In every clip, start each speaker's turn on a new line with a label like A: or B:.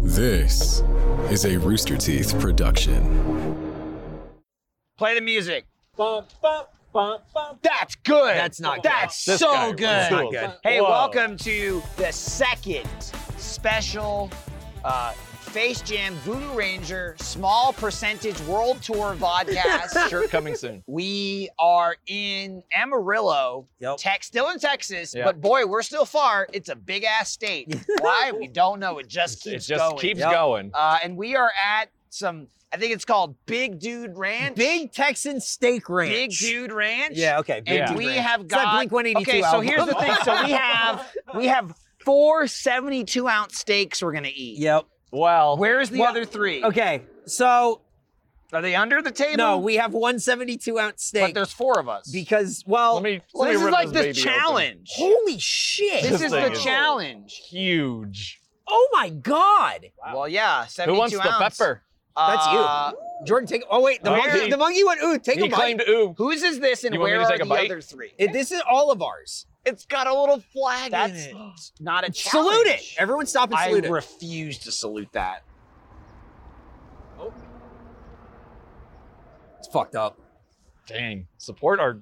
A: This is a Rooster Teeth production.
B: Play the music.
C: Bum, bum, bum, bum.
B: That's good.
D: That's not good.
B: That's
E: This
B: so
E: guy was
B: good.
E: not good.
B: Hey,
E: Whoa.
B: welcome to the second special uh, Face Jam Voodoo Ranger Small Percentage World Tour vodcast.
E: Shirt coming soon.
B: We are in Amarillo,
D: Yep.
B: Tex, still in Texas,
E: Yeah.
B: but boy, we're still far. It's a big ass state. Why? We don't know. It just
E: It
B: keeps
E: just
B: going.
E: keeps
D: Yep.
E: going.
B: Uh, and we are at some, I think it's called Big Dude Ranch.
D: Big Texan Steak Ranch.
B: Big Dude Ranch.
D: Yeah, okay. Big
E: Yeah.
B: And
D: Dude
B: we
D: Ranch.
B: have
D: It's that
B: got
D: Blink-182
B: Okay, so here's the
D: album.
B: thing. So we have we have four 72 ounce steaks we're gonna eat.
D: Yep.
E: Well,
B: Where's the
D: Well,
B: other three?
D: Okay. So
B: Are they under the table?
D: no, we have one 72 ounce
B: But
D: steak
B: there's four of us.
D: because well,
E: let me.
B: well,
E: let me
B: this is
E: rip
B: like
E: this
B: the
E: baby open.
B: challenge.
D: holy shit!
B: This
E: This
B: is
E: thing
B: the
E: is-
B: challenge.
E: Huge.
D: oh my god!
B: Well, yeah, 72
E: Who wants
B: ounce.
E: the pepper?
D: That's you.
B: Uh,
D: Jordan, take. Oh wait, the
E: Oh,
D: monkey.
E: he-
D: the monkey went. Ooh, take
E: he
D: a bite.
E: claimed ooh.
B: Whose is this, and
E: You want me
B: where
E: to
B: are
E: take a
B: the
E: bite?
B: other three?
D: It- this is all of ours.
B: has got a little flag
D: That's
B: in it. Not a challenge.
D: salute it. Everyone, stop and
B: I
D: salute it.
B: refuse to salute that.
D: It's fucked up.
E: Dang. Support our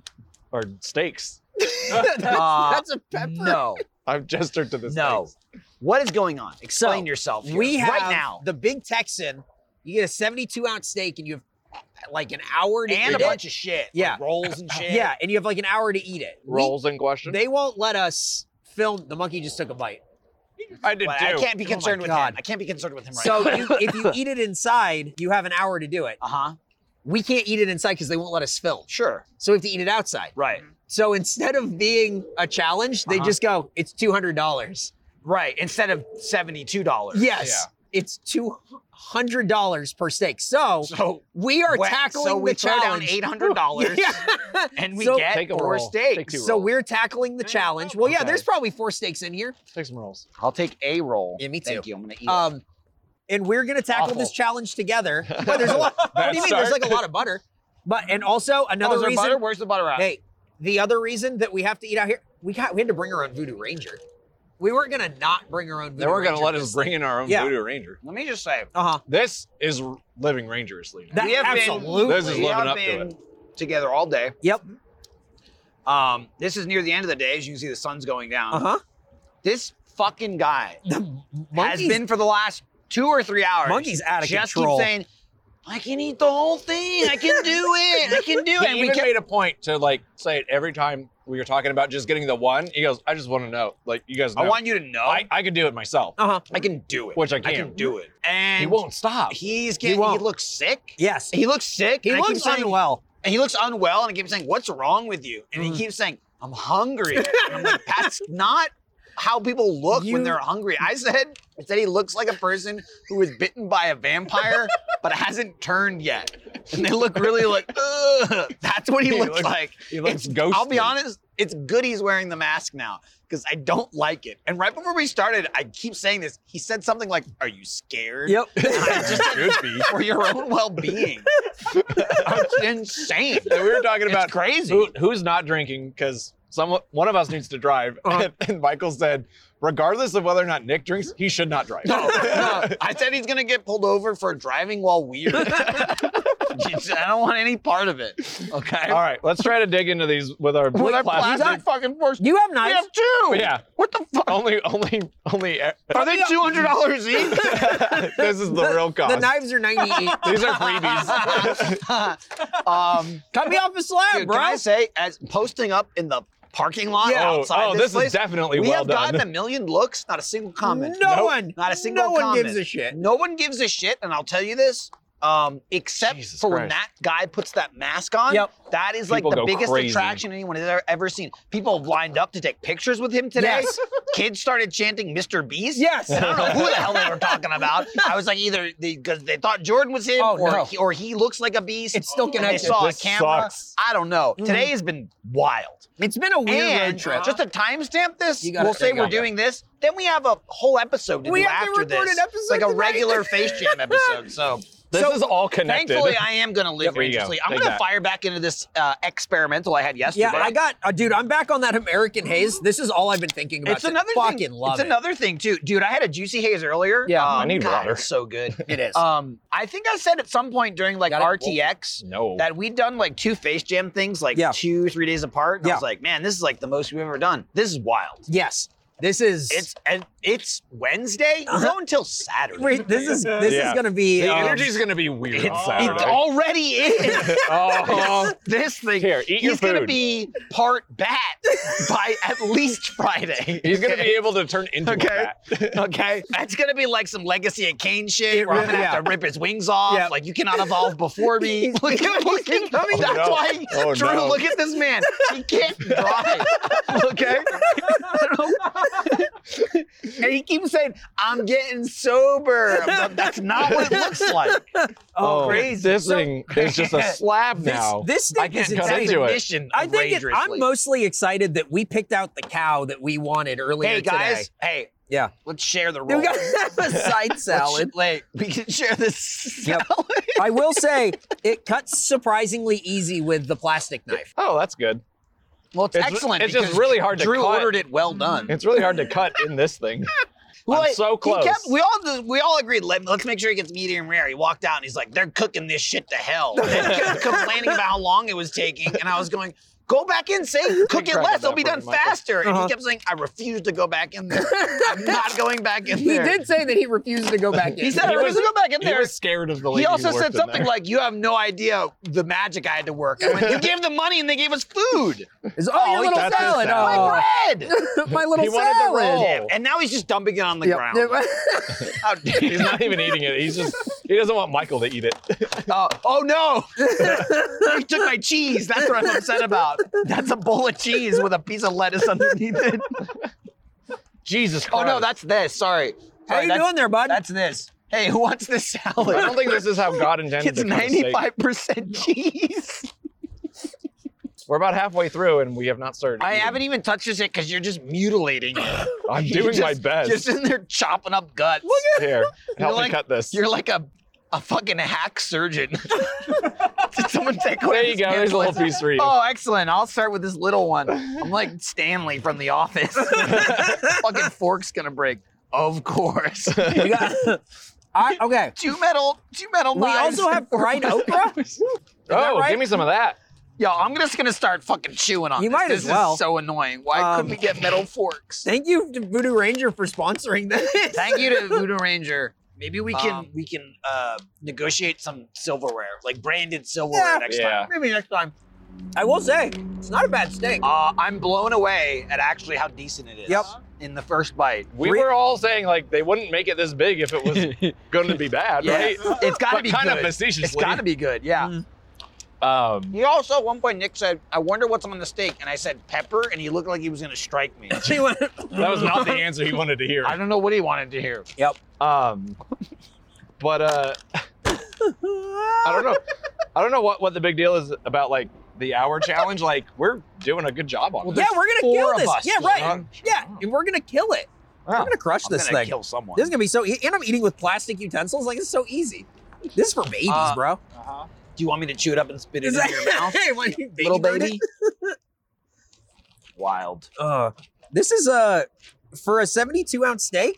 E: our steaks.
D: that's,
B: Uh,
D: that's a pepper.
B: No,
E: I've gestured to this.
B: no. What is going on? Explain
D: So,
B: yourself. here,
D: We have
B: right now.
D: the Big Texan. You get a 72 ounce steak and you have uh, like an hour to
B: and a
D: eat it.
B: bunch of shit. like
D: Yeah.
B: rolls and shit.
D: Yeah, and you have like an hour to eat it. We-
E: Rolls in question.
D: they won't let us film. The monkey just took a bite.
E: I did
B: But
E: too.
B: I can't be
D: Oh my
B: concerned with
D: God.
B: him. I can't be concerned with him right now.
D: So you, if you eat it inside, you have an hour to do it.
B: uh huh.
D: We can't eat it inside because they won't let us film.
B: Sure.
D: So we have to eat it outside.
B: Right.
D: So instead of being a challenge, they
B: Uh-huh.
D: just go, it's $200.
B: Right. Instead of seventy-two dollars.
D: Yes. It's $200 per steak. So
B: So
D: we are
B: well,
D: tackling
B: so we
D: the
B: throw down
D: challenge.
B: eight hundred dollars
D: Yeah.
B: and we
D: So-
B: get
E: Take a
B: four
E: roll. Take
B: steaks.
E: two
D: So
E: rolls.
D: we're tackling the challenge. Well, yeah,
E: Okay.
D: there's probably four steaks in here.
E: Take some rolls.
B: I'll take a roll.
D: Yeah, me
B: Thank
D: too.
B: you. I'm gonna eat. it.
D: Um, and we're gonna tackle
B: Awful.
D: this challenge together. But there's a lot. what do you mean? There's like a lot of butter. But and also
B: Oh,
D: another
B: is there
D: reason.
B: butter? Where's the butter at?
D: Hey, the other reason that we have to eat out here, we got we had to bring our own Voodoo Ranger. We weren't gonna not bring our own. Voodoo
E: They weren't
D: Ranger
E: gonna let us bring in our own
D: Yeah.
E: voodoo ranger.
B: Let me just say,
D: Uh huh.
E: This is r- living rangerously.
D: That
B: we have
D: absolutely.
B: been,
E: This is
B: we
E: living
B: have
E: up to
B: been together all day.
D: Yep.
B: Um, this is near the end of the day. As you can see, the sun's going down.
D: Uh huh.
B: This fucking guy
D: Monkey's
B: has been for the last two or three hours.
D: monkey's out of
B: just
D: control.
B: keep saying, "I can eat the whole thing. I can do it. I can do it."
E: He
B: And
E: even
B: we kept,
E: made a point to like say it every time we were talking about just getting the one. He goes, "I just want to know, like you guys know,
B: I want you to know
E: I, I could do it myself,
D: uh huh.
B: I can do it.
E: which I
B: I
E: can.
B: can do it. And
E: He won't stop.
B: He's getting. He,
D: won't.
B: looks sick.
D: Yes.
B: He looks sick.
D: He
B: and I keep
D: looks
B: saying-
D: unwell.
B: And he looks unwell, and I keep saying, "What's wrong with you?" And
D: Mhm.
B: he keeps saying, "I'm hungry." and I'm like, "That's not." How people look
D: You-
B: when they're hungry. I said, I said he looks like a person who was bitten by a vampire but hasn't turned yet, and they look really like. Ugh. That's what he,
E: He
B: looks,
E: looks-
B: like.
E: He looks
B: It's-
E: ghosted.
B: I'll be honest, it's good he's wearing the mask now because I don't like it. And right before we started, I keep saying this. He said something like, "Are you scared?"
D: Yep.
B: I just said,
E: Could be.
B: for your own well-being. it's insane.
E: And we were talking
B: It's
E: about
B: crazy.
E: who, who's not drinking because some one of us needs to drive.
D: Uh-huh.
E: And, and Michael said, regardless of whether or not Nick drinks, he should not drive.
B: No, no. I said he's gonna get pulled over for driving while weird. Jeez, I don't want any part of it. Okay.
E: All right, let's try to dig into these with our
B: With our
E: plastic. Oh,
B: plastic fucking force.
D: You have
B: We
D: knives.
B: have two.
E: Yeah,
B: What the fuck?
E: only, only, only.
B: Are they two hundred dollars each?
E: this is the, real cost.
D: The knives are 98.
E: These are freebies.
B: um,
D: Cut me off a slab,
B: dude,
D: bro.
B: can I say, as posting up in the parking lot
D: Yeah.
E: oh,
B: outside
E: oh,
B: this,
E: this,
B: place,
E: is definitely
B: we
E: well
B: have
E: done.
B: gotten a million looks, not a single comment.
D: No
E: Nope.
D: one.
B: Not a single
D: No one
B: comment.
D: gives a shit.
B: No one gives a shit, and I'll tell you this. Um, except
E: Jesus
B: for when
E: Christ.
B: that guy puts that mask on,
D: Yep.
B: that is like
E: People
B: the
E: go
B: biggest
E: crazy.
B: attraction anyone has ever, ever seen. People have lined up to take pictures with him today.
D: Yes.
B: Kids started chanting Mr. Beast.
D: Yes.
B: I don't know who the hell they were talking about. I was like, either because they thought Jordan was him,
D: Oh,
B: or,
D: no.
B: he, or he looks like a beast.
D: It's still
B: and they
D: connected.
B: saw
E: This
B: a camera.
E: sucks.
B: I don't know.
D: Mhm.
B: Today has been wild.
D: It's been a weird
B: and
D: road trip.
B: just to timestamp this,
D: You gotta-
B: we'll say
D: you
B: we're
D: gotta-
B: doing this. Then we have a whole episode to
D: We
B: do
D: have to
B: after
D: record
B: this,
D: an episode
B: like a
D: tonight.
B: regular Face Jam episode. So
E: This
B: So,
E: is all connected.
B: Thankfully, I am going to live
E: There you go.
B: dangerously. I'm
E: Take
B: going to
E: that.
B: fire back into this uh, experimental I had yesterday.
D: Yeah, I got, uh, dude. I'm back on that American haze. This is all I've been thinking about.
B: It's another
D: fucking
B: thing.
D: love
B: it's
D: it.
B: another thing too, dude. I had a juicy haze earlier.
D: Yeah.
B: Um,
E: I need
B: God,
E: water.
B: it's so good.
D: It is.
B: Um, I think I said at some point during like
D: Got it.
B: RTX
E: no.
B: that we'd done like two Face Jam things, like
D: Yeah.
B: two, three days apart. And I
D: Yeah.
B: was like, man, this is like the most we've ever done. This is wild.
D: yes, this is.
B: It's Uh-huh. and it's Wednesday. We go until Saturday.
D: Wait, this is this
E: Yeah.
D: is gonna be.
E: the
D: um,
E: energy's gonna be weird on
B: It's-
E: Saturday.
B: It already is.
E: oh,
B: this thing.
E: Here, eat your
B: He's gonna
E: food.
B: be part bat by at least Friday.
E: he's gonna
B: okay?
E: be able to turn into
B: Okay.
E: a bat.
B: Okay, that's gonna be like some legacy of Kane shit.
D: It
B: where I'm
D: really-
B: gonna have to rip his wings off.
D: Yeah.
B: Like you cannot evolve before me.
D: He's-
B: look at look at
D: coming-
B: That's
E: Oh, no.
B: why
E: Oh,
B: Drew.
E: no.
B: Look at this man. He can't drive. Okay, and he keeps saying, "I'm getting sober." But that's not what it looks like.
D: oh, crazy.
E: This
D: So-
E: thing is just a slab
D: This-
E: now.
D: this
E: I
D: thing is
E: can't cut
D: insane.
E: into it.
B: Mission
D: I
B: of
D: think
B: Rage
D: it, I'm
B: Wrestling.
D: mostly excited that we picked out the cow that we wanted earlier
B: Hey guys,
D: today.
B: hey,
D: Yeah.
B: let's share the
D: We
B: role.
D: got a side salad.
B: Like we can share this.
D: Yep.
B: salad.
D: I will say it cuts surprisingly easy with the plastic knife.
E: Oh, that's good.
B: Well, it's,
E: It's-
B: excellent.
E: it's just
B: because
E: really hard to
B: Drew
E: cut. Mm-hmm.
B: ordered it well done.
E: It's really hard to cut in this thing.
B: Well,
E: I'm so
B: He
E: close.
B: kept, we all we all agreed. Let, let's make sure he gets medium rare. He walked out and he's like, "They're cooking this shit to hell." They kept complaining about how long it was taking, and I was going, "Go back in, say cook it
E: crack
B: less.
E: at
B: It'll
E: that
B: be
E: for
B: done
E: me, Michael.
B: faster." And he
D: Uh-huh.
B: kept saying, "I refuse to go back in there. I'm not going back in
D: He
B: there."
D: did say that he refused to go back in.
B: He said, "I
E: He
B: refuse
E: was-
B: to go back in
E: He
B: there."
E: was scared of the lady.
B: He
E: who
B: also
E: worked in
B: said something
E: there.
B: like, "You have no idea the magic I had to work." I went, "You gave the money and they gave us food,
D: It's, oh,
E: Oh,
D: your little
E: that's his
D: salad.
E: salad.
B: my bread."
D: Oh, my little
E: He wanted the
D: salad.
E: roll.
B: Damn, And now he's just dumping it on the
D: Yep.
B: ground. How dare
E: He's not even eating it. He's just he doesn't want Michael to eat it.
B: Oh, oh no! he took my cheese. That's what I'm upset about. That's a bowl of cheese with a piece of lettuce underneath it.
E: Jesus
B: Oh
E: Christ.
B: no, that's this. Sorry.
D: How
B: Sorry,
D: you
B: that's,
D: doing there, bud?
B: That's this. Hey, who wants this
E: I
B: salad?
E: don't think this is how God intended
B: It's
E: the cut of steak.
B: 95% cheese.
E: We're about halfway through and we have not started.
B: I
E: eating.
B: haven't even touched this yet because you're just mutilating it.
E: I'm
B: You're
E: doing my
B: just-
E: best.
B: Just in there chopping up guts.
E: Here, help
B: like-
E: me cut this.
B: You're like a, a fucking hack surgeon. Did someone take away
E: There you
B: this
E: go. There's a little
B: necklace?
E: piece for you.
B: Oh, excellent. I'll start with this little one. I'm like Stanley from The Office. Fucking fork's gonna break. Of course.
D: You got- I, okay.
B: two metal, two metal
D: We
B: knives.
D: also have fried okra. that
E: Oh,
D: right?
E: give me some of that.
B: Yo, I'm just gonna start fucking chewing on
D: You
B: this.
D: might as
B: This
D: well.
B: is so annoying. Why
D: Um,
B: couldn't we get metal forks?
D: Thank you to Voodoo Ranger for sponsoring this.
B: Thank you to Voodoo Ranger. Maybe we can
D: Um,
B: we can uh, negotiate some silverware, like branded silverware
D: Yeah.
B: next
E: Yeah.
B: time. Maybe next time.
D: I will say, it's not a bad steak.
B: Uh, I'm blown away at actually how decent it is.
D: Yep.
B: In the first bite.
E: We
D: Re-
E: were all saying like they wouldn't make it this big if it was going to be bad,
B: Yeah.
E: right?
B: It's gotta
E: But
B: be
E: kind of
B: good.
E: facetiously.
B: It's gotta be good, yeah.
E: Um,
B: Mm. He also, at one point, Nick said, I wonder what's on the steak. And I said, pepper. And he looked like he was going to strike me.
D: She went-
E: that was not the answer he wanted to hear.
B: I don't know what he wanted to hear.
E: Um, but uh, I don't know. I don't know what, what the big deal is about like the hour challenge. Like we're doing a good job on
D: yeah,
E: it.
D: we're gonna
B: Four
D: kill
B: of
D: this.
B: us
D: Yeah, right.
B: John.
D: Yeah, and we're gonna kill it.
E: Yeah.
D: We're gonna crush
B: Oh, I'm
D: this
B: gonna
D: thing.
B: kill someone.
D: This is gonna be so. e- And I'm eating with plastic utensils. Like it's so easy. This is for babies,
B: Uh,
D: bro.
B: Uh-huh. Do you want me to chew it up and spit it
D: It's
B: in
D: like,
B: your mouth,
D: hey, what are you
B: little
D: bird?
B: baby? Wild.
D: Uh, this is a for a 72 ounce steak.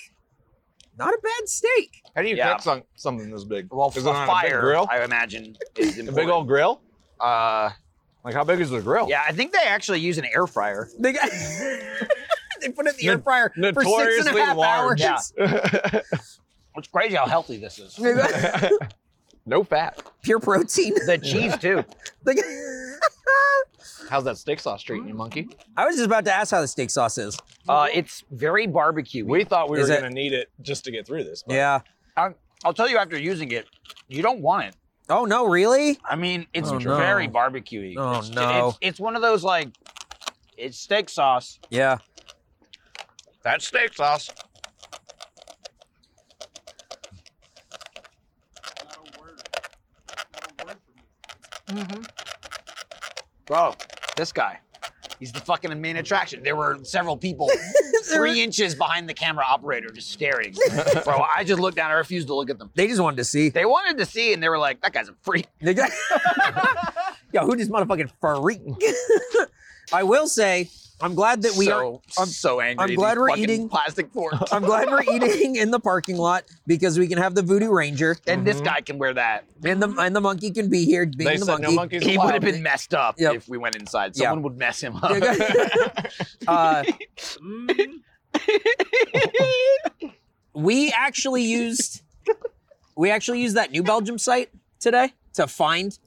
D: Not a bad steak.
E: How do you
B: Yeah.
E: cook some, something this big?
B: Well,
E: is it
B: a
E: on
B: fire,
E: a big grill?
B: I imagine, is
E: A
B: important.
E: big old grill?
B: Uh,
E: Like how big is the grill?
B: yeah, I think they actually use an air fryer.
D: They got they put it in the air
E: No-
D: fryer for six and
E: notoriously
D: a half
E: large.
D: hours.
B: It's crazy how healthy this is.
E: no fat.
D: Pure protein.
B: the cheese, too.
D: Like-
E: How's that steak sauce treating you, monkey?
D: I was just about to ask how the steak sauce is.
B: Uh, it's very barbecue.
E: We thought we
D: Is
E: were
D: it-
E: gonna need it just to get through this. but-
D: Yeah.
B: I'll tell you after using it, you don't want it.
D: Oh no, really?
B: I mean, it's
D: Oh, no.
B: very barbecuey.
D: Oh,
B: it's,
D: no.
B: It's, it's one of those like, it's steak sauce.
D: Yeah.
E: That steak sauce.
B: Bro, this guy. He's the fucking main attraction. There were several people
D: were-
B: three inches behind the camera operator just staring. Bro, I just looked down. I refused to look at them.
D: They just wanted to see.
B: They wanted to see, and they were like, that guy's a freak.
D: They got- Yo, who this motherfucking freak? I will say, I'm glad that we are.
B: so, I'm so angry.
D: I'm
B: at
D: glad
B: these
D: we're
B: fucking
D: eating-
B: plastic forks.
D: I'm glad we're eating in the parking lot because we can have the Voodoo Ranger
B: and this guy can wear that.
D: and the and the monkey can be here being
E: They
D: the
E: said
D: monkey.
E: no monkeys
B: He would
E: allowed.
B: have been messed up
D: Yep.
B: if we went inside.
D: Yeah.
B: Someone would mess him up.
D: Uh, Uh, we actually used we actually used that New Belgium site today to find.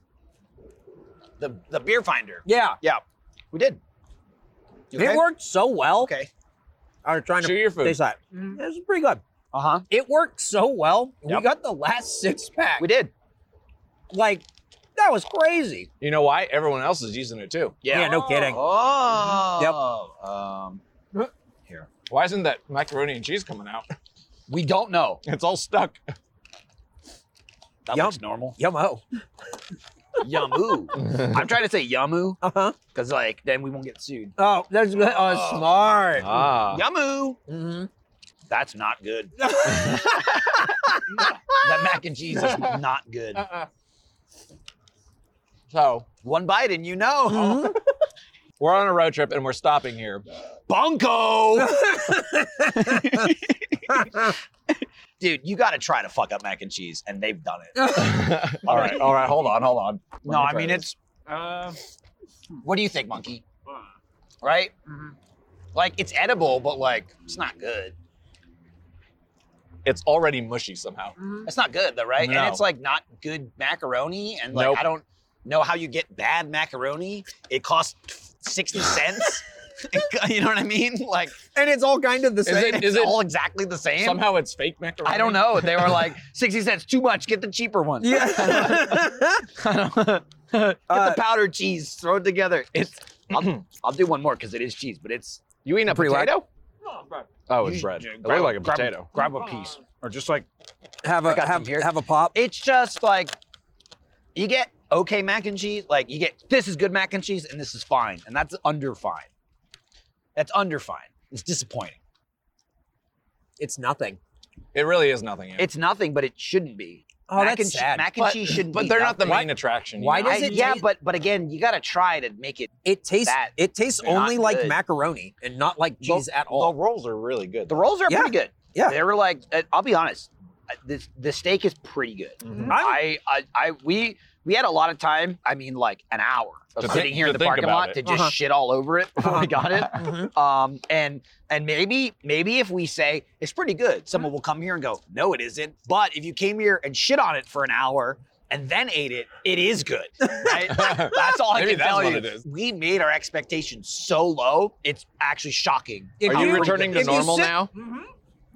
B: the the beer finder.
D: Yeah,
B: Yeah, we did. You
D: it
B: okay?
D: worked so well.
B: Okay.
D: I was trying
E: Chew
D: to
E: your food.
D: taste that. It was pretty good.
B: Uh huh.
D: It worked so well. We
E: Yep.
D: got the last six pack.
B: We did.
D: Like that was crazy.
E: You know why? Everyone else is using it too.
B: Yeah.
D: no kidding.
B: Oh. Yep. Um,
E: Why isn't that macaroni and cheese coming out?
B: we don't know.
E: It's all stuck.
B: That
D: Yum.
B: looks normal.
D: Yummo.
B: Yamu. I'm trying to say yamu
D: Uh huh.
B: because like then we won't get sued.
D: Oh, that's good. Oh, smart.
E: ah.
B: Yamu.
D: Mhm.
B: That's not good. that mac and cheese is not good.
E: So
B: One bite and you know.
D: Mhm.
E: we're on a road trip and we're stopping here.
B: Bunko. Dude, you got to try to fuck up mac and cheese, and they've done it.
E: all right, all right, hold on, hold on. Let
B: No,
E: me
B: I
E: try
B: mean
E: this.
B: it's.
E: Uh,
B: What do you think, monkey? Right? Like it's edible, but like it's not good.
E: it's already mushy somehow.
B: It's not good though, right?
E: No.
B: And it's like not good macaroni, and like
E: Nope.
B: I don't know how you get bad macaroni. It costs sixty cents. you know what I mean? Like
D: and it's all kind of the
E: Is
D: same.
E: it, is
B: it's
E: it
B: all exactly the same.
E: somehow it's fake macaroni?
B: I don't know. They were like sixty cents too much. Get the cheaper one.
D: yeah.
B: Get
D: Uh,
B: the powdered cheese. Throw it together. It's. I'll, I'll do one more because it is cheese, but it's.
E: You eating a
D: Pretty light.
E: potato? Oh,
B: You-
E: it's bread.
B: yeah,
E: It
B: grab-
E: looked like a
B: grab-
E: potato.
B: Grab a piece, or just like
D: have a
B: got
D: have,
B: some here.
D: have a pop.
B: it's just like you get okay mac and cheese. Like you get this is good mac and cheese, and this is fine, and that's under fine. That's under fine. It's disappointing.
D: It's nothing.
E: It really is nothing. yeah.
B: It's nothing, but it shouldn't be.
D: Oh,
B: mac
D: that's
B: and che-
D: sad.
B: mac and
E: but,
B: cheese shouldn't.
E: But
B: be
E: they're not the
B: nothing.
E: main attraction. you
D: why
E: know?
D: does
B: I-
D: it
B: yeah,
D: taste-
B: but but again, you gotta try to make it.
D: It tastes
B: That-
D: it tastes
B: they're
D: only
B: not
D: like
B: good.
D: macaroni and not like
E: The-
D: cheese at all.
E: The rolls are really good.
B: The rolls are
D: Yeah,
B: pretty good.
D: yeah.
B: they were like. uh, I'll be honest. uh, This the steak is pretty good.
E: Mhm.
B: I, I I we we had a lot of time. I mean, like an hour of
E: To thi-
B: sitting here
E: to
B: in the
E: think
B: parking
E: about
B: lot
E: it.
B: to just
D: Uh-huh.
B: shit all over it before we got it.
D: Mhm.
B: Um, and and maybe maybe if we say it's pretty
E: Mm-hmm.
B: good, someone will come here and go, no, it isn't. But if you came here and shit on it for an hour and then ate it, it is good. Right? that's all I
E: Maybe
B: can
E: that's
B: tell
E: what
B: you.
E: it is.
B: We made our expectations so low, it's actually shocking.
D: If
E: Are you
D: you-
E: returning to
D: if you
E: normal
D: sit-
E: now?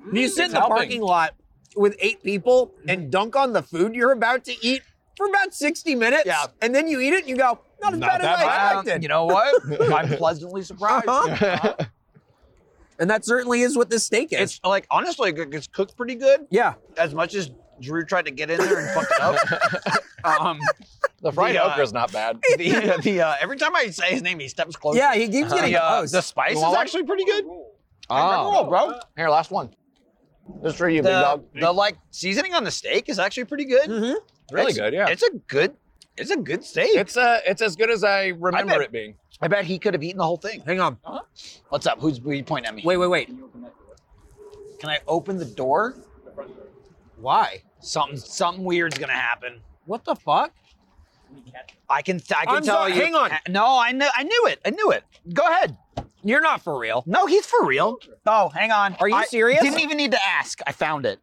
D: When you sit in
E: It's
D: the
E: helping.
D: parking lot with eight people and dunk on the food you're about to eat for about 60 minutes.
B: Yeah.
D: And then you eat it and you go, not as
E: Not
D: bad as
E: that
D: I
E: bad.
B: Um,
D: expected.
B: you know what? I'm pleasantly surprised.
D: Uh-huh. and that certainly is what this steak is.
B: It's like honestly, it gets cooked pretty good.
D: yeah.
B: As much as Drew tried to get in there and fuck it up. um,
E: The fried
B: The, uh,
E: okra is not bad.
B: the the uh, every time I say his name, he steps closer.
D: Yeah, he keeps getting
B: Oh, The, uh,
D: close.
B: the spice
E: You
B: is
E: want one?
B: actually pretty good.
D: Oh.
E: Ah.
B: bro.
E: Here, last one. This is for you, big
B: The,
E: dog.
B: the like seasoning on the steak is actually pretty good.
D: Mhm.
E: Really
B: it's-
E: good, yeah.
B: It's a good, it's a good steak.
E: It's uh, it's as good as I remember
B: bet-
E: it being.
B: I bet he could have eaten the whole thing.
D: Hang on.
B: What's up? Who's who you pointing at me?
D: Wait, wait, wait.
B: can I open the door?
D: Why?
B: Something, something weird's gonna happen.
D: What the fuck?
B: I can, I can
D: I'm
B: tell
D: sorry,
B: you.
D: hang on.
B: Uh, No, I knew, I knew it. I knew it. Go ahead.
D: You're not for real.
B: No, he's for real. Oh, hang on.
D: Are you
B: I
D: serious?
B: Didn't even need to ask. I found it.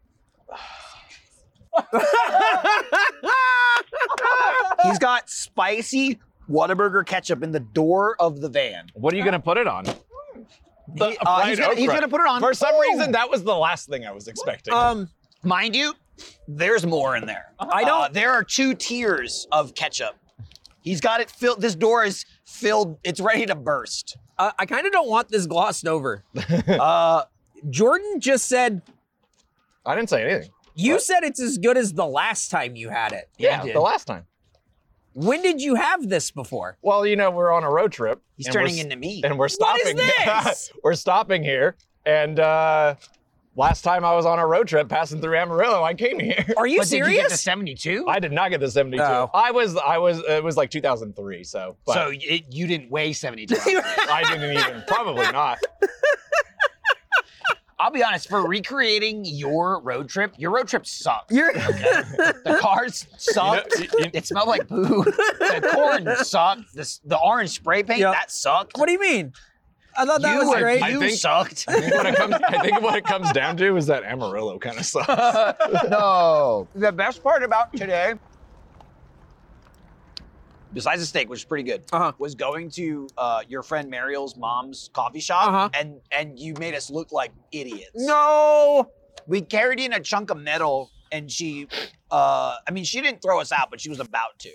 B: He's got spicy Whataburger ketchup in the door of the van.
E: What are you gonna put it on? The
B: He- uh, he's,
E: fried
B: gonna, he's
E: okra.
B: gonna put it on.
E: For some reason, that was the last thing I was expecting.
D: Um,
B: mind you, there's more in there.
D: I don't-
B: Uh, there are two tiers of ketchup. He's got it filled. This door is filled. It's ready to burst.
D: uh, I kind of don't want this glossed over.
B: Uh,
D: Jordan just said,
E: I didn't say anything.
D: you said it's as good as the last time you had it.
B: Yeah, I did.
E: the last time.
D: When did you have this before?
E: Well, you know, we're on a road trip.
B: He's
E: and we're
B: turning
E: s-
B: into me.
E: and we're
D: What
E: stopping.
D: is this?
E: we're stopping here. And uh, last time I was on a road trip passing through Amarillo, I came here.
D: Are you
B: but did you get the
D: serious?
B: 72?
E: I did not get the 72.
D: Oh.
E: I was I was it was like 2003, so but
B: so it, you didn't weigh 72.
E: I didn't even probably not.
B: I'll be honest, for recreating your road trip, your road trip sucked.
D: You're
B: The cars sucked.
E: You know- you- you-
B: it smelled like poo. the corn sucked. The, s- the orange spray paint,
D: Yep.
B: that sucked.
D: What do you mean? I thought that
B: you
D: was
B: were-
D: great.
E: I
B: you
E: think-
B: sucked.
E: I think what it comes I think what it comes down to is that Amarillo kind of sucks.
B: no. The best part about today, besides the steak, which is pretty good,
D: Uh-huh.
B: was going to uh, your friend Mariel's mom's coffee shop,
D: Uh-huh.
B: and and you made us look like idiots.
D: no.
B: we carried in a chunk of metal, and she, uh, I mean, she didn't throw us out, but she was about to.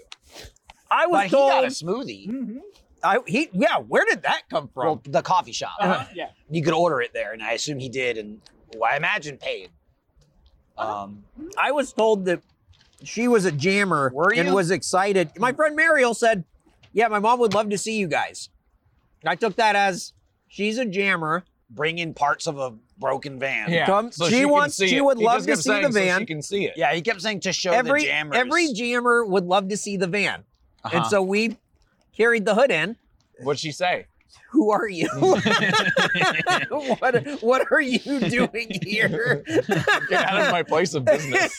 D: I was
B: But he
D: told.
B: got a smoothie.
D: I, he, yeah, where did that come from?
B: Well, the coffee shop.
C: Uh-huh. Yeah.
B: You could order it there, and I assume he did, and well, I imagine paid.
D: Uh-huh.
B: Um,
D: I was told that she was a jammer
B: Were you? Hmm.
D: and was excited. My friend Mariel said, "Yeah, my mom would love to see you guys." I took that as she's a jammer.
B: bring in parts of a broken van.
D: Come- she
E: can
D: wants-
E: see
D: she
E: it.
D: would
E: He just
D: love to
E: kept
D: see the
E: saying so
D: van.
E: she can see it.
B: Yeah, he kept saying to show
D: every
B: the jammers.
D: every jammer would love to see the van, and
B: Uh-huh.
D: so we carried the hood in.
E: What'd she say?
D: Who are you? what what are you doing here?
E: Get out of my place of business.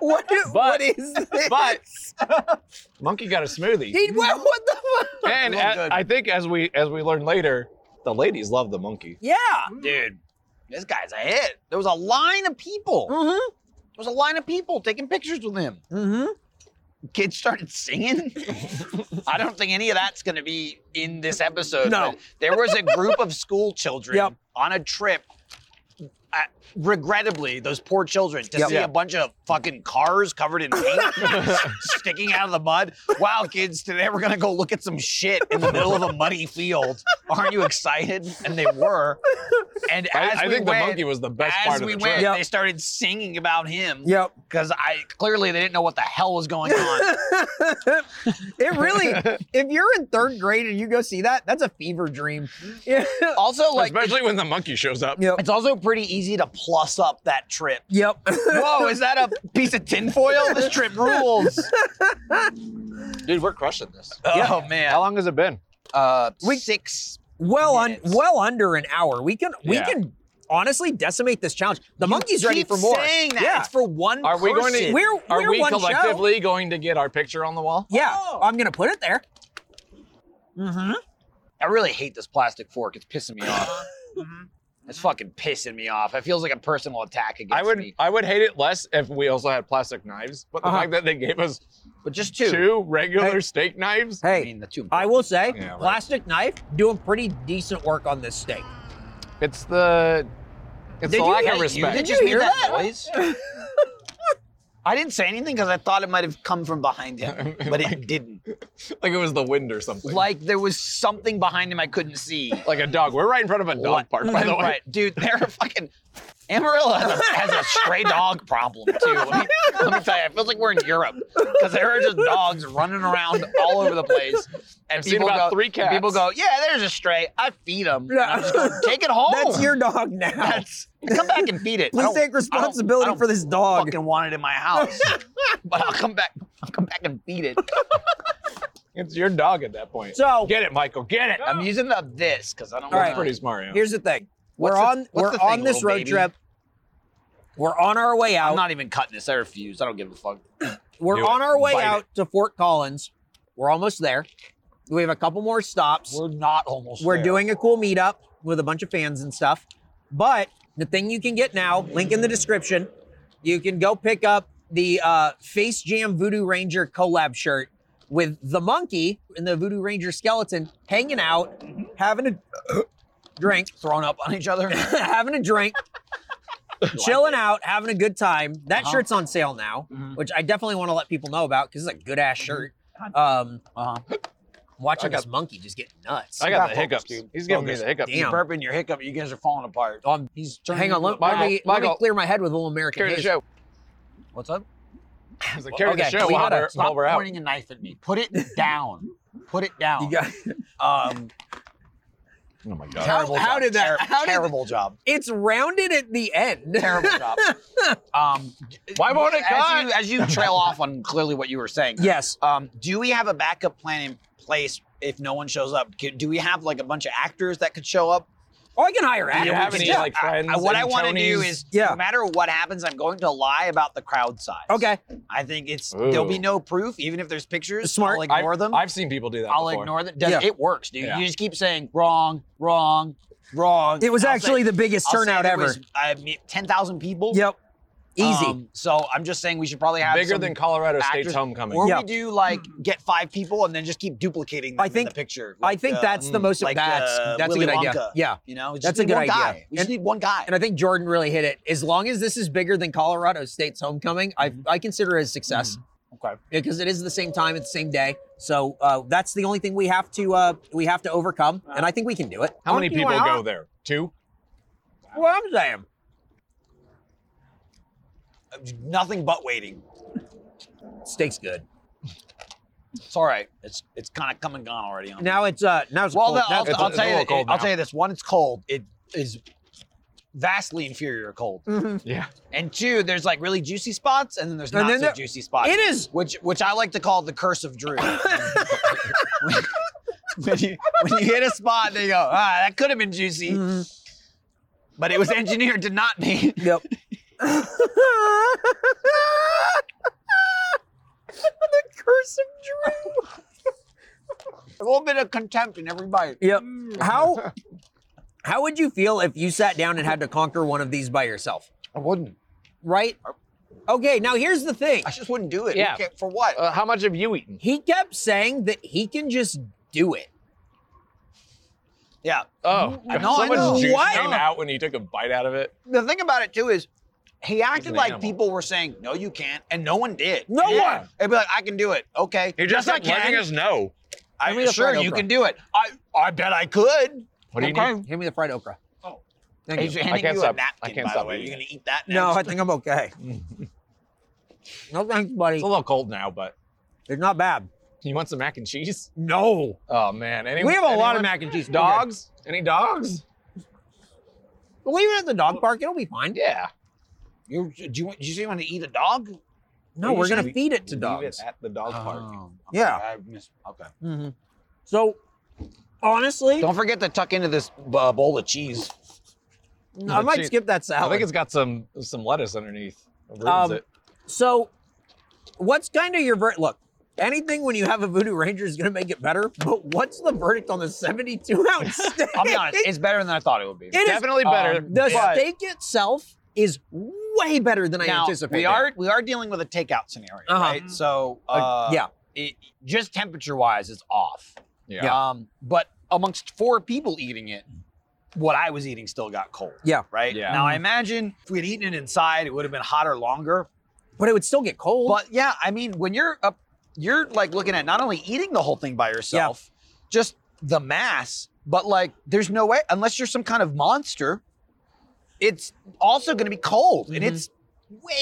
D: what, what
E: But-
D: is this?
E: but- Monkey got a smoothie.
D: He- what, what the fuck?
E: And
B: Real
E: a-
B: good.
E: I think as we as we learn later, the ladies love the monkey.
D: Yeah.
B: dude, this guy's a hit. There was a line of people. There
D: Mm-hmm.
B: was a line of people taking pictures with him.
D: Mm-hmm.
B: Kids started singing. I don't think any of that's going to be in this episode.
D: No.
B: but there was a group of school children
D: Yep.
B: on a trip. Uh, regrettably, those poor children to
D: Yep.
B: see
D: Yeah.
B: a bunch of fucking cars covered in paint sticking out of the mud. Wow, kids, today we're gonna go look at some shit in the middle of a muddy field. Aren't you excited? And they were. And
E: I,
B: as
E: I
B: we
E: think
B: went,
E: the monkey was the best
B: as
E: part of
B: we
E: the
B: went,
E: trip.
D: Yep.
B: they started singing about him
D: Yep.
B: because I clearly they didn't know what the hell was going on.
D: it really, if you're in third grade and you go see that, that's a fever dream. Yeah.
B: also, like
E: Especially when the monkey shows up.
D: Yep.
B: It's also pretty easy to plus up that trip.
D: Yep.
B: Whoa, is that a piece of tinfoil? This trip rules.
E: Dude, we're crushing this.
B: Oh man.
E: How long has it been?
B: Uh, six.
D: well on
B: Minutes.
D: well under an hour. We can we
E: Yeah.
D: can honestly decimate this challenge. The monkey's ready
B: Keep
D: for more.
B: Saying that
D: Yeah.
B: it's for one.
E: Are we going to-
B: person.
D: We're
E: Are
D: we're
E: we
D: one show.
E: collectively going to get our picture on the wall?
D: Yeah,
B: Oh.
D: I'm gonna put it there. Mm-hmm.
B: I really hate this plastic fork. It's pissing me off. Mm-hmm. It's fucking pissing me off. It feels like a personal attack against
E: I would
B: me.
E: I would hate it less if we also had plastic knives, but the
D: Uh-huh.
E: fact that they gave us
B: But just two.
E: two, regular
D: Hey.
E: steak knives,
B: I
D: Hey,
B: mean, the two.
D: I will say,
E: Yeah, right.
D: plastic knife doing pretty decent work on this steak.
E: it's the it's
D: Did
E: the
D: you
E: lack
D: hate
E: of
D: you?
E: respect.
D: Did
B: Did
D: you
B: you
D: hear
B: hear that,
D: that?
B: noise? I didn't say anything because I thought it might have come from behind him, but it didn't.
E: like it was the wind or something.
B: Like there was something behind him I couldn't see.
E: like a dog. We're right in front of a dog
B: What-
E: park, by the way.
B: Right, dude, they're fucking. Amarillo has a, has a stray dog problem too. Let me, let me tell you, it feels like we're in Europe because there are just dogs running around all over the place. And
E: I've seen about
B: go,
E: three
B: and
E: cats.
B: people go, yeah, there's a stray. I feed him.
D: Yeah.
B: I'm just going, take it home.
D: That's your dog now.
B: Oh. That's- come back and feed it. I
D: Please
B: don't-
D: take responsibility
B: I don't
D: for this dog.
B: fucking want it in my house, but I'll come back. I'll come back and feed it.
E: It's your dog at that point.
D: So-
E: get it, Michael. Get it.
B: I'm using the this because I don't.
D: All
E: That's
D: right.
B: want
E: pretty smart. Yeah.
D: Here's the thing.
B: What's
D: we're
B: the-
D: on
B: what's
D: we're
B: the thing,
D: on this
B: little
D: road
B: baby?
D: trip. We're on our way
B: I'm
D: out.
B: not even cutting this. I refuse. I don't give a fuck.
D: we're
E: Do
D: on our way
E: Bite it.
D: out to Fort Collins. We're almost there. We have a couple more stops. We're,
B: We're not almost. there.
D: doing a cool meetup with a bunch of fans and stuff. But the thing you can get now, link in the description, you can go pick up the uh, Face Jam Voodoo Ranger collab shirt with the monkey and the Voodoo Ranger skeleton hanging out, having a drink.
B: thrown up on each other.
D: having a drink, chilling out, having a good time. That
B: Uh-huh.
D: shirt's on sale now,
B: Mhm.
D: which I definitely want to let people know about because it's a good ass shirt. Um,
B: Uh-huh.
D: watching
E: I got-
D: this monkey just get nuts.
E: I
B: got
E: got the hiccups.
B: focused, dude.
E: He's giving me
D: Focused.
E: the hiccups.
D: Damn.
B: burping your hiccup. You guys are falling apart.
D: Oh, I'm-
B: He's turning
D: hang on,
B: into
D: let,
B: a
D: let
B: pile.
D: me, let me
E: Michael.
D: clear my head with a little American
E: Carry the
D: haze.
E: show.
D: What's up?
E: I was like, carry
D: Okay,
E: the show
D: we
E: while
D: gotta
E: we're,
B: Stop
E: while we're out.
B: pointing a knife at me. Put it down. Put it down.
D: You got, um,
E: Oh my
D: How- how did that-
B: Terri-
D: how did-
B: terrible job.
D: it's rounded at the end.
B: Terrible job. Um,
E: Why won't it
B: as
E: cut?
B: you, as you trail off on clearly what you were saying.
D: yes.
B: Um, do we have a backup plan in place if no one shows up? Could- Do we have like a bunch of actors that could show up?
D: Oh, I can hire
E: Do you
D: Adam.
E: have
D: We
E: any
D: can do-
E: like friends?
B: I- what
E: any
B: I want to do
E: Tonys?
B: is,
D: Yeah.
B: no matter what happens, I'm going to lie about the crowd size.
D: Okay.
B: I think it's there'll be
E: Ooh.
B: no proof, even if there's pictures.
D: Smart.
B: I'll ignore
E: I've,
B: them.
E: I've seen people do that.
B: I'll
E: before.
B: ignore them. Does-
D: Yeah.
B: It works, dude.
E: Yeah.
B: You just keep saying wrong, wrong, wrong.
D: It was
B: I'll
D: actually
B: say-
D: the biggest
B: I'll say
D: turnout
B: there
D: ever.
B: was, I mean, ten thousand people.
D: Yep. Easy.
B: Um, so I'm just saying we should probably have
E: Bigger
B: some-
E: than Colorado State's
B: actors-
E: homecoming.
B: Or
D: Yeah.
B: we do like get five people and then just keep duplicating them
D: I think-
B: in the picture.
D: I
B: Like,
D: think
B: uh,
D: that's the most
B: like,
D: that's
B: uh,
D: that's
B: Willy
D: a good idea.
B: Wonka.
D: Yeah.
B: you know. we just
D: that's a
B: need
D: good
B: one
D: idea.
B: Guy. We just
D: And-
B: need one guy.
D: And I think Jordan really hit it. As long as this is bigger than Colorado State's homecoming, I I consider it a success.
B: Okay.
D: Because it is the same time, it's the same day. So uh, that's the only thing we have to uh, we have to overcome, and I think we can do it.
E: How many
D: Monkey
E: people
D: went
E: go
D: out.
E: there? Two?
D: Well, I'm saying
B: Nothing but waiting.
D: steak's good.
B: It's all right. It's it's kind of come and gone already. On
D: Now it's uh now it's
B: well,
D: cold.
B: no,
D: Now
B: I'll,
D: it's
B: I'll
D: cold.
E: it's a
B: tell you,
E: little cold
B: I'll
E: now.
B: tell you this. One, it's cold. It is vastly inferior to cold.
D: Mm.
E: Yeah.
B: And two, there's like really juicy spots, and then there's
D: And
B: not
D: then
B: so
D: there-
B: juicy spots.
D: It is.
B: which which I like to call the curse of Drew. when, you, when you hit a spot, they go, ah, that could have been juicy,
D: Mhm.
B: but it was engineered to not be.
D: Yep. the curse of Drew.
B: A little bit of contempt in every bite.
D: Yep. How how would you feel if you sat down and had to conquer one of these by yourself?
B: I wouldn't.
D: Right? Okay, now here's the thing.
B: I just wouldn't do it.
E: Yeah.
B: Okay, For what?
E: Uh, how much have you eaten?
D: He kept saying that he can just do it.
B: yeah.
E: Oh,
B: I
E: God,
B: know,
E: so
B: I
E: much
B: know.
E: juice
B: What?
E: came out when he took a bite out of it.
B: The thing about it too is he acted
E: an
B: like
E: animal.
B: people were saying, no, you can't. And no one did.
D: No
B: Yeah.
D: one.
B: They'd be like, I can do it. Okay.
E: just
B: Yes, I can.
E: us know.
B: I
D: Give me
B: mean,
D: the
B: sure,
D: fried
B: you
D: okra.
B: can do it. I, I bet I could.
E: What do you
B: Okay.
E: need?
D: Hand me the fried okra.
B: Oh.
D: Thank
B: He's
D: you.
B: handing
E: can't
B: you
E: stop-
B: a
E: I
B: napkin,
E: can't
B: by
E: stop
B: the way.
E: eating
B: You're going
E: it.
B: to eat that next?
D: No, I think I'm okay. No thanks, buddy.
E: It's a little cold now, but
D: It's not bad.
E: you want some mac and cheese?
D: No.
E: Oh man, any,
D: We have a lot of
E: anyone?
D: mac and cheese.
E: Dogs? Any dogs?
D: We'll leave it at the dog park. It'll be fine.
E: Yeah.
B: You, do you want? Do you say you want to eat a dog?
D: No,
E: You
D: we're
E: should
D: gonna
E: be-
D: feed it to
E: Leave
D: dogs. Oh.
E: it at the dog park.
B: okay,
D: Yeah.
B: I miss, okay.
D: hmm So, honestly,
B: Don't forget to tuck into this uh, bowl of cheese.
D: I might
E: cheese.
D: skip that salad.
E: I think it's got some some lettuce underneath. It ruins
D: Um,
E: it.
D: So, what's kind of your ver- look? Anything when you have a Voodoo Ranger is going to make it better, but what's the verdict on the 72 ounce steak?
B: I'll be honest, it's better than I thought it would be.
D: It is-
E: Definitely better.
B: um,
D: the
E: but
D: steak itself is way better than I
B: now
D: anticipated.
B: we are we are dealing with a takeout scenario,
D: Uh-huh.
B: right? So uh,
D: Uh, yeah.
B: it, just temperature wise, it's off.
E: Yeah.
B: Um, but amongst four people eating it, what I was eating still got cold.
D: Yeah.
B: Right.
E: Yeah.
B: Now I imagine if we had eaten it inside, it would have been hotter longer.
D: but it would still get cold.
B: But yeah, I mean, when you're up, you're like looking at not only eating the whole thing by yourself, just the mass, but like there's no way unless you're some kind of monster. It's also going to be cold, and
D: Mhm.
E: Mm-hmm.
B: it's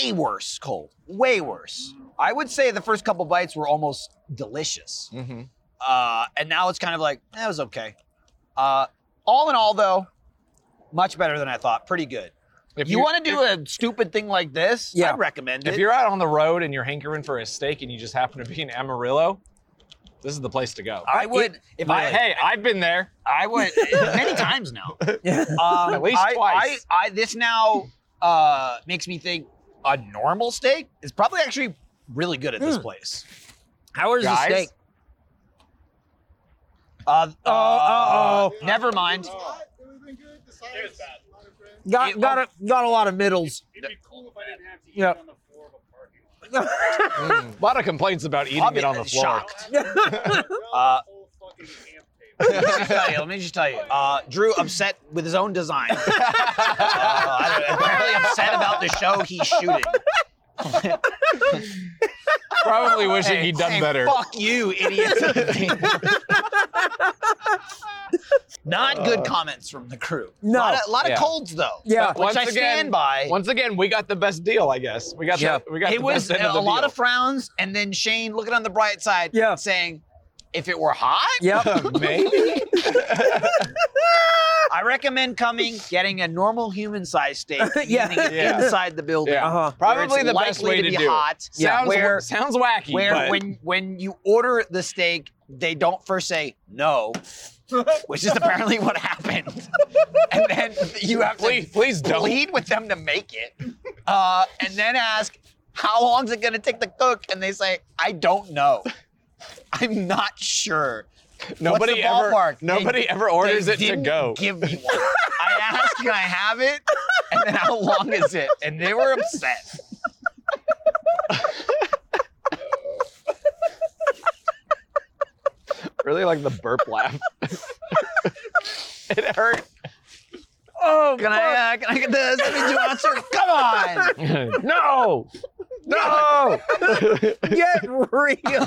B: way worse cold, way worse. I would say the first couple bites were almost delicious,
E: Mhm.
B: uh, and now it's kind of like that was okay. Uh, all in all, though, much better than I thought. Pretty good.
E: If
B: you
E: you-
B: want to do a stupid thing like this?
D: Yeah.
B: I'd recommend it.
E: If you're out on the road and you're hankering for a steak and you just happen to be in Amarillo, this is the place to go.
B: I would if I
E: But, hey, I've been there.
B: I would many times now.
D: Yeah.
B: Um,
E: At least
B: I,
E: twice.
B: I, I this now uh, makes me think a normal steak is probably actually really good at this
E: Hmm.
D: Mm.
B: place.
D: How is
E: guys?
D: the steak?
B: Uh,
D: Oh, oh,
B: uh, never mind.
D: Got
B: It-
D: got a got a lot of middles.
F: It'd be cool if I didn't have to eat
D: Yep.
F: on the floor of a parking lot.
E: Mm. A lot of complaints about eating
B: I'll be
E: it on the floor.
B: shocked.
F: Uh, whole fucking camp
B: Let me
F: table.
B: just tell you. Let me just tell you. Uh, Drew upset with his own design. Uh, I don't- apparently upset about the show he's shooting.
E: Probably wishing
B: Hey,
E: he'd done
B: hey,
E: better.
B: Fuck you, idiot. Not good comments from the crew.
D: No.
B: A lot of, lot of
E: Uh. Yeah.
B: colds, though.
D: Yeah.
B: Which
E: Once
B: I
E: again-
B: stand by.
E: Once again, we got the best deal, I guess. We got
D: Yeah.
E: the we got
B: it
E: the
B: was
E: best end
B: a
E: of the
B: lot
E: deal.
B: of frowns, and then Shane looking on the bright side,
D: Yeah.
B: saying, "If it were hot,
D: Yep.
E: maybe.
B: I recommend coming, getting a normal human-sized steak,
D: Yeah.
B: eating it
E: Yeah.
B: inside the building.
E: Yeah.
D: Uh-huh.
B: where
E: Probably
B: it's
E: the best
B: likely
E: way
B: to
E: to,
B: be
E: do it.
B: hot.
D: Yeah.
E: Sounds
B: Where-
E: where, sounds wacky,
B: Where
E: but
B: when when you order the steak, they don't first say no, which is apparently what happened, and then you have
E: please
B: to
E: please don't.
B: plead with them to make it, uh, and then ask how long's it gonna take the cook, and they say I don't know, I'm not sure.
E: Nobody
B: the
E: ever
B: ballpark? They-
E: nobody ever orders
B: They
E: it to
B: didn't
E: go.
B: Give me one. I asked, can I have it? And then how long is it? And they were upset.
E: really like the burp laugh. it hurt.
D: Oh,
B: Can I? Uh, can I get the seven two ounce? or- Come on.
E: no. No.
D: get real.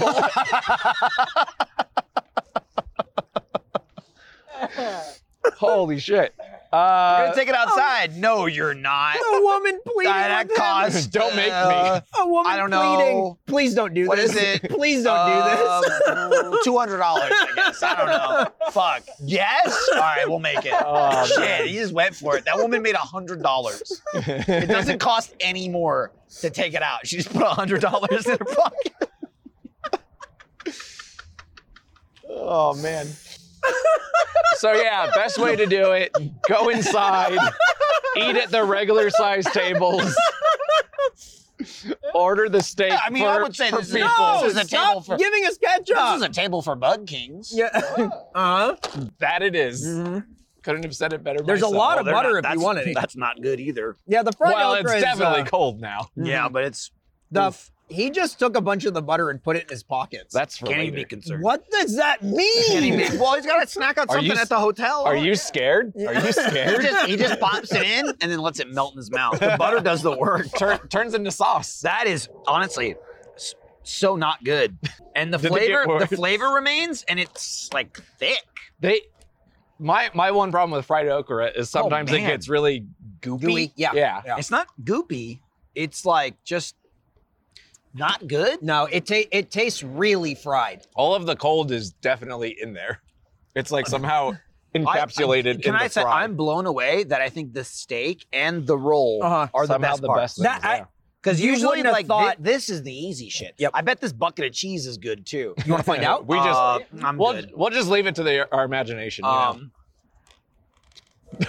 E: Holy shit.
B: You're
E: Uh,
B: gonna take it outside. No, you're not.
D: a woman pleading.
B: That- that
D: with him.
B: cost. uh,
E: Don't make me.
D: A woman
B: I don't
D: pleading.
B: know.
D: Please don't do
B: What
D: this.
B: is it? Um,
D: Please don't do this.
B: Two hundred dollars, I guess. I don't know. Fuck. Yes. All right, we'll make it.
E: Oh,
B: Shit, he just went for it. That woman made hundred dollars. It doesn't cost any more to take it out. She just put hundred dollars in her pocket.
E: oh man. so yeah, best way to do it: go inside, eat at the regular size tables. Order the steak.
B: I mean, I
E: for-
B: would say
E: for
B: this is,
E: people.
B: this is a
D: Stop
B: table for
D: giving us ketchup.
B: this is a table for Bug Kings.
D: yeah. uh huh.
E: that it is.
D: Mhm.
E: Couldn't have said it better.
D: There's a
E: myself.
D: lot of
B: They're
D: butter
B: not-
D: if
B: that's-
D: you want it.
B: That's not good either.
D: Yeah, the fried
E: Well,
D: okra
E: it's
D: is,
E: definitely
D: uh,
E: cold now.
B: Yeah, but it's
D: the f- he just took a bunch of the butter and put it in his pockets.
E: That's
B: can't even be
E: related.
B: concerned.
D: what does that
B: Can't
D: mean?
B: even- well, he's got to snack on
E: Are
B: something
E: you
B: at the hotel.
E: Are you scared? Are you
B: He
E: scared?
B: just, he just pops it in and then lets it melt in his mouth. The butter does the work.
E: Tur- turns into sauce.
B: That is honestly s- so not good. And the
E: Did it
B: flavor,
E: get worse?
B: the flavor remains, and it's like thick.
E: They, my my one problem with fried okra is sometimes it
B: Oh, man.
E: gets really goopy.
D: Gooey, yeah.
E: yeah.
D: Yeah.
B: It's not goopy. It's like just not good.
D: No, it ta- it tastes really fried.
E: All of the cold is definitely in there. It's like somehow
B: I-
E: encapsulated.
B: I, can
E: in
B: I
E: the
B: say
E: fry.
B: I'm blown away that I think the steak and the roll
D: Uh-huh.
B: are the
E: somehow
B: best
E: the
B: part.
E: best?
D: That-
E: things,
D: I-
E: yeah.
B: Because
D: You
B: usually,
D: wouldn't have
B: like, thi-
D: thought-
B: this is the easy shit.
D: Yep.
B: I bet this bucket of cheese is good too.
D: You want to find out?
E: We just
B: Uh, I'm
E: we'll,
B: good.
E: we'll just leave it to the, our imagination. you know?
B: Um,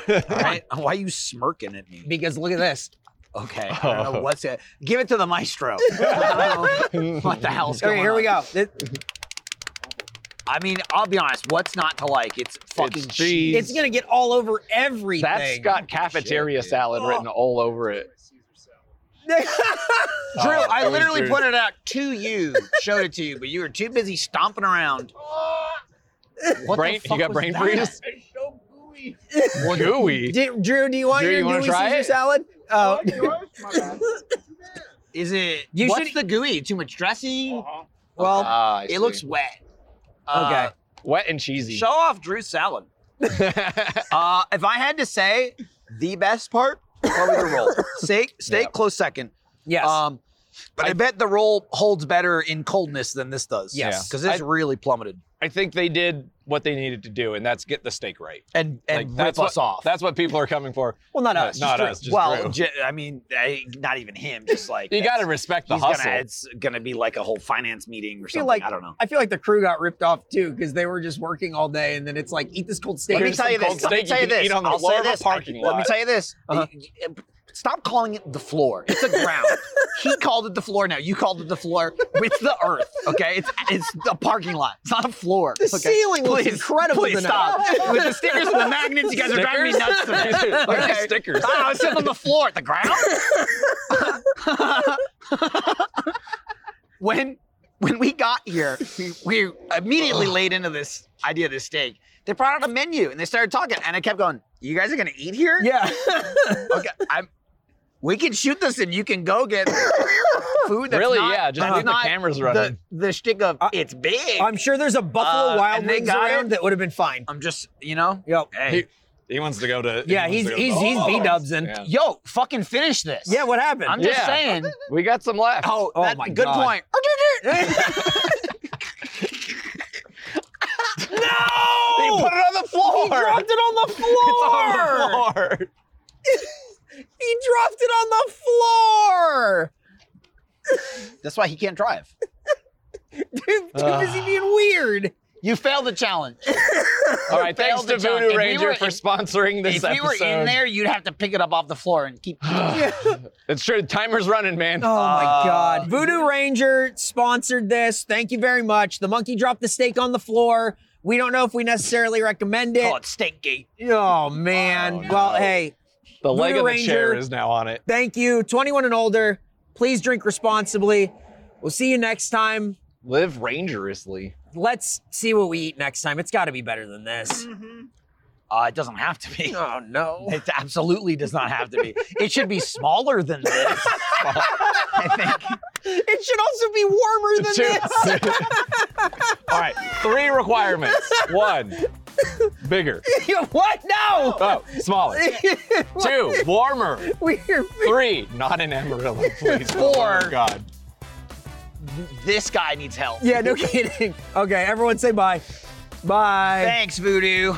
B: all right. Why are you smirking at me? Oh.
D: Because look at this.
B: Okay. I don't know what's it. Give it to the maestro. I don't know what the hell's going
D: Okay,
B: on?
D: here we go. It-
B: I mean, I'll be honest. What's not to like? It's fucking
E: It's
B: cheese.
E: cheese.
D: it's gonna get all over everything.
E: That's got cafeteria salad
B: Oh.
E: written all over it.
B: Drew,
E: Oh, it
B: I
E: was
B: literally
E: Drew's.
B: pointed it out to you, showed it to you, but you were too busy stomping around. What the
E: brain,
B: fuck
E: you got
B: was
E: brain
B: that?
E: freeze.
F: Ah, It's so gooey.
E: Gooey.
D: Di- Drew, do you want
E: Drew,
D: your
E: you wanna
D: gooey
E: try
D: Caesar
E: it?
D: salad? Oh,
F: My bad.
B: Is it?
D: You
B: what's
D: should-
B: the gooey? Too much dressing?
F: Uh-huh.
D: well,
E: Ah, I see.
B: It looks wet. Uh,
D: okay.
E: wet and cheesy.
B: Show off Drew's salad. Uh, if I had to say the best part, probably the roll. Steak, steak,
E: Yeah.
B: close second.
D: Yes.
B: Um, but I, bet the roll holds better in coldness than this does.
E: Yes.
B: because it's
E: I-
B: really plummeted
E: I think they did what they needed to do, and that's get the steak right.
B: and and
E: Like,
B: rip
E: that's
B: us
E: what,
B: off.
E: That's what people are coming for.
D: well, not
E: no,
D: us.
E: not
D: just
E: us.
D: Drew.
E: just
B: well,
E: Drew.
B: j- I mean, I, not even him. Just like
E: You got to respect the
B: he's
E: hustle.
B: gonna. It's gonna be like a whole finance meeting or
D: feel
B: something.
D: like-
B: I don't know.
D: I feel like the crew got ripped off too because they were just working all day, and then it's like eat this cold steak.
B: Let me
D: Here's
B: tell
D: some
B: you
D: cold
B: this.
E: cold
B: Let me
E: steak
B: tell
E: you
B: you
E: can
B: this.
E: eat on the
B: I'll
E: floor
B: say
E: of a
B: this.
E: parking
B: Let me
E: lot.
B: tell you this.
D: Uh-huh.
B: Stop calling it the floor. It's a ground. he called it the floor. Now you called it the floor. It's the earth. Okay. It's it's the parking lot. It's not a floor.
D: The
B: okay?
D: ceiling looks
B: Please,
D: incredible
B: Please
D: tonight.
B: stop. With the stickers and the magnets, you guys are driving me nuts. Tonight.
E: Look at the
B: Okay.
E: stickers.
B: I don't know, it's sitting on the floor at the ground. when when we got here, we, we immediately laid into this idea of this steak. They brought out a menu and they started talking, and I kept going, "You guys are gonna eat here?
D: Yeah.
B: Okay, I'm. We can shoot this, and you can go get food. That's
E: really,
B: not-
E: yeah, just
B: that's
E: keep the
B: not
E: cameras
B: The,
E: running.
B: the shtick of
D: I-
B: it's big.
D: I'm sure there's a Buffalo
B: Uh,
D: Wild
B: and they
D: Wings
B: got
D: around
B: it.
D: that would have been fine.
B: I'm just, you know,
D: Yo,
B: hey,
E: he wants to go to. he
D: yeah,
E: wants
D: he's
E: to go to
D: he's
E: the-
D: he's
E: Oh,
D: B Dubs and
E: yeah.
B: yo, fucking finish this.
D: yeah, what happened?
B: I'm just
E: Yeah.
B: saying.
E: We got some left.
B: Oh,
D: Oh
B: that,
D: my
B: good
D: God.
B: point.
E: he put it on the floor.
D: he dropped it on the floor.
E: on the floor.
D: He dropped it on the floor.
B: That's why he can't drive.
D: Dude, too busy being weird.
B: You failed the challenge.
E: All right, thanks
B: failed the
E: to
B: challenge. If
E: Voodoo
B: we
E: Ranger
B: were-
E: for
B: if-
E: sponsoring this
B: if
E: episode.
B: you were in there, you'd have to pick it up off the floor and keep.
E: it's true. Timer's running, man.
D: Oh my
B: Uh,
D: God. Voodoo Ranger sponsored this. Thank you very much. The monkey dropped the steak on the floor. We don't know if we necessarily recommend
B: Call
D: it.
B: it steak gate.
D: Oh, man.
E: Oh,
D: Well,
E: no.
D: hey,
E: the leg
D: Voodoo
E: of the
D: Ranger.
E: chair is now on it.
D: thank you. 21 and older, please drink responsibly. We'll see you next time.
E: Live rangerously.
D: Let's see what we eat next time. It's got to be better than this.
B: Uh, it doesn't have to be.
D: Oh, no.
B: It absolutely does not have to be. It should be smaller than this.
D: It should also be warmer than this.
E: All right, three requirements. One, bigger.
D: what? No.
E: Oh, smaller. Two, warmer.
D: We're
E: Three, not an Amarillo, please.
B: Four.
E: Oh, my God.
B: This guy needs help.
D: Yeah, no kidding. Okay, everyone say bye. Bye.
B: Thanks, Voodoo.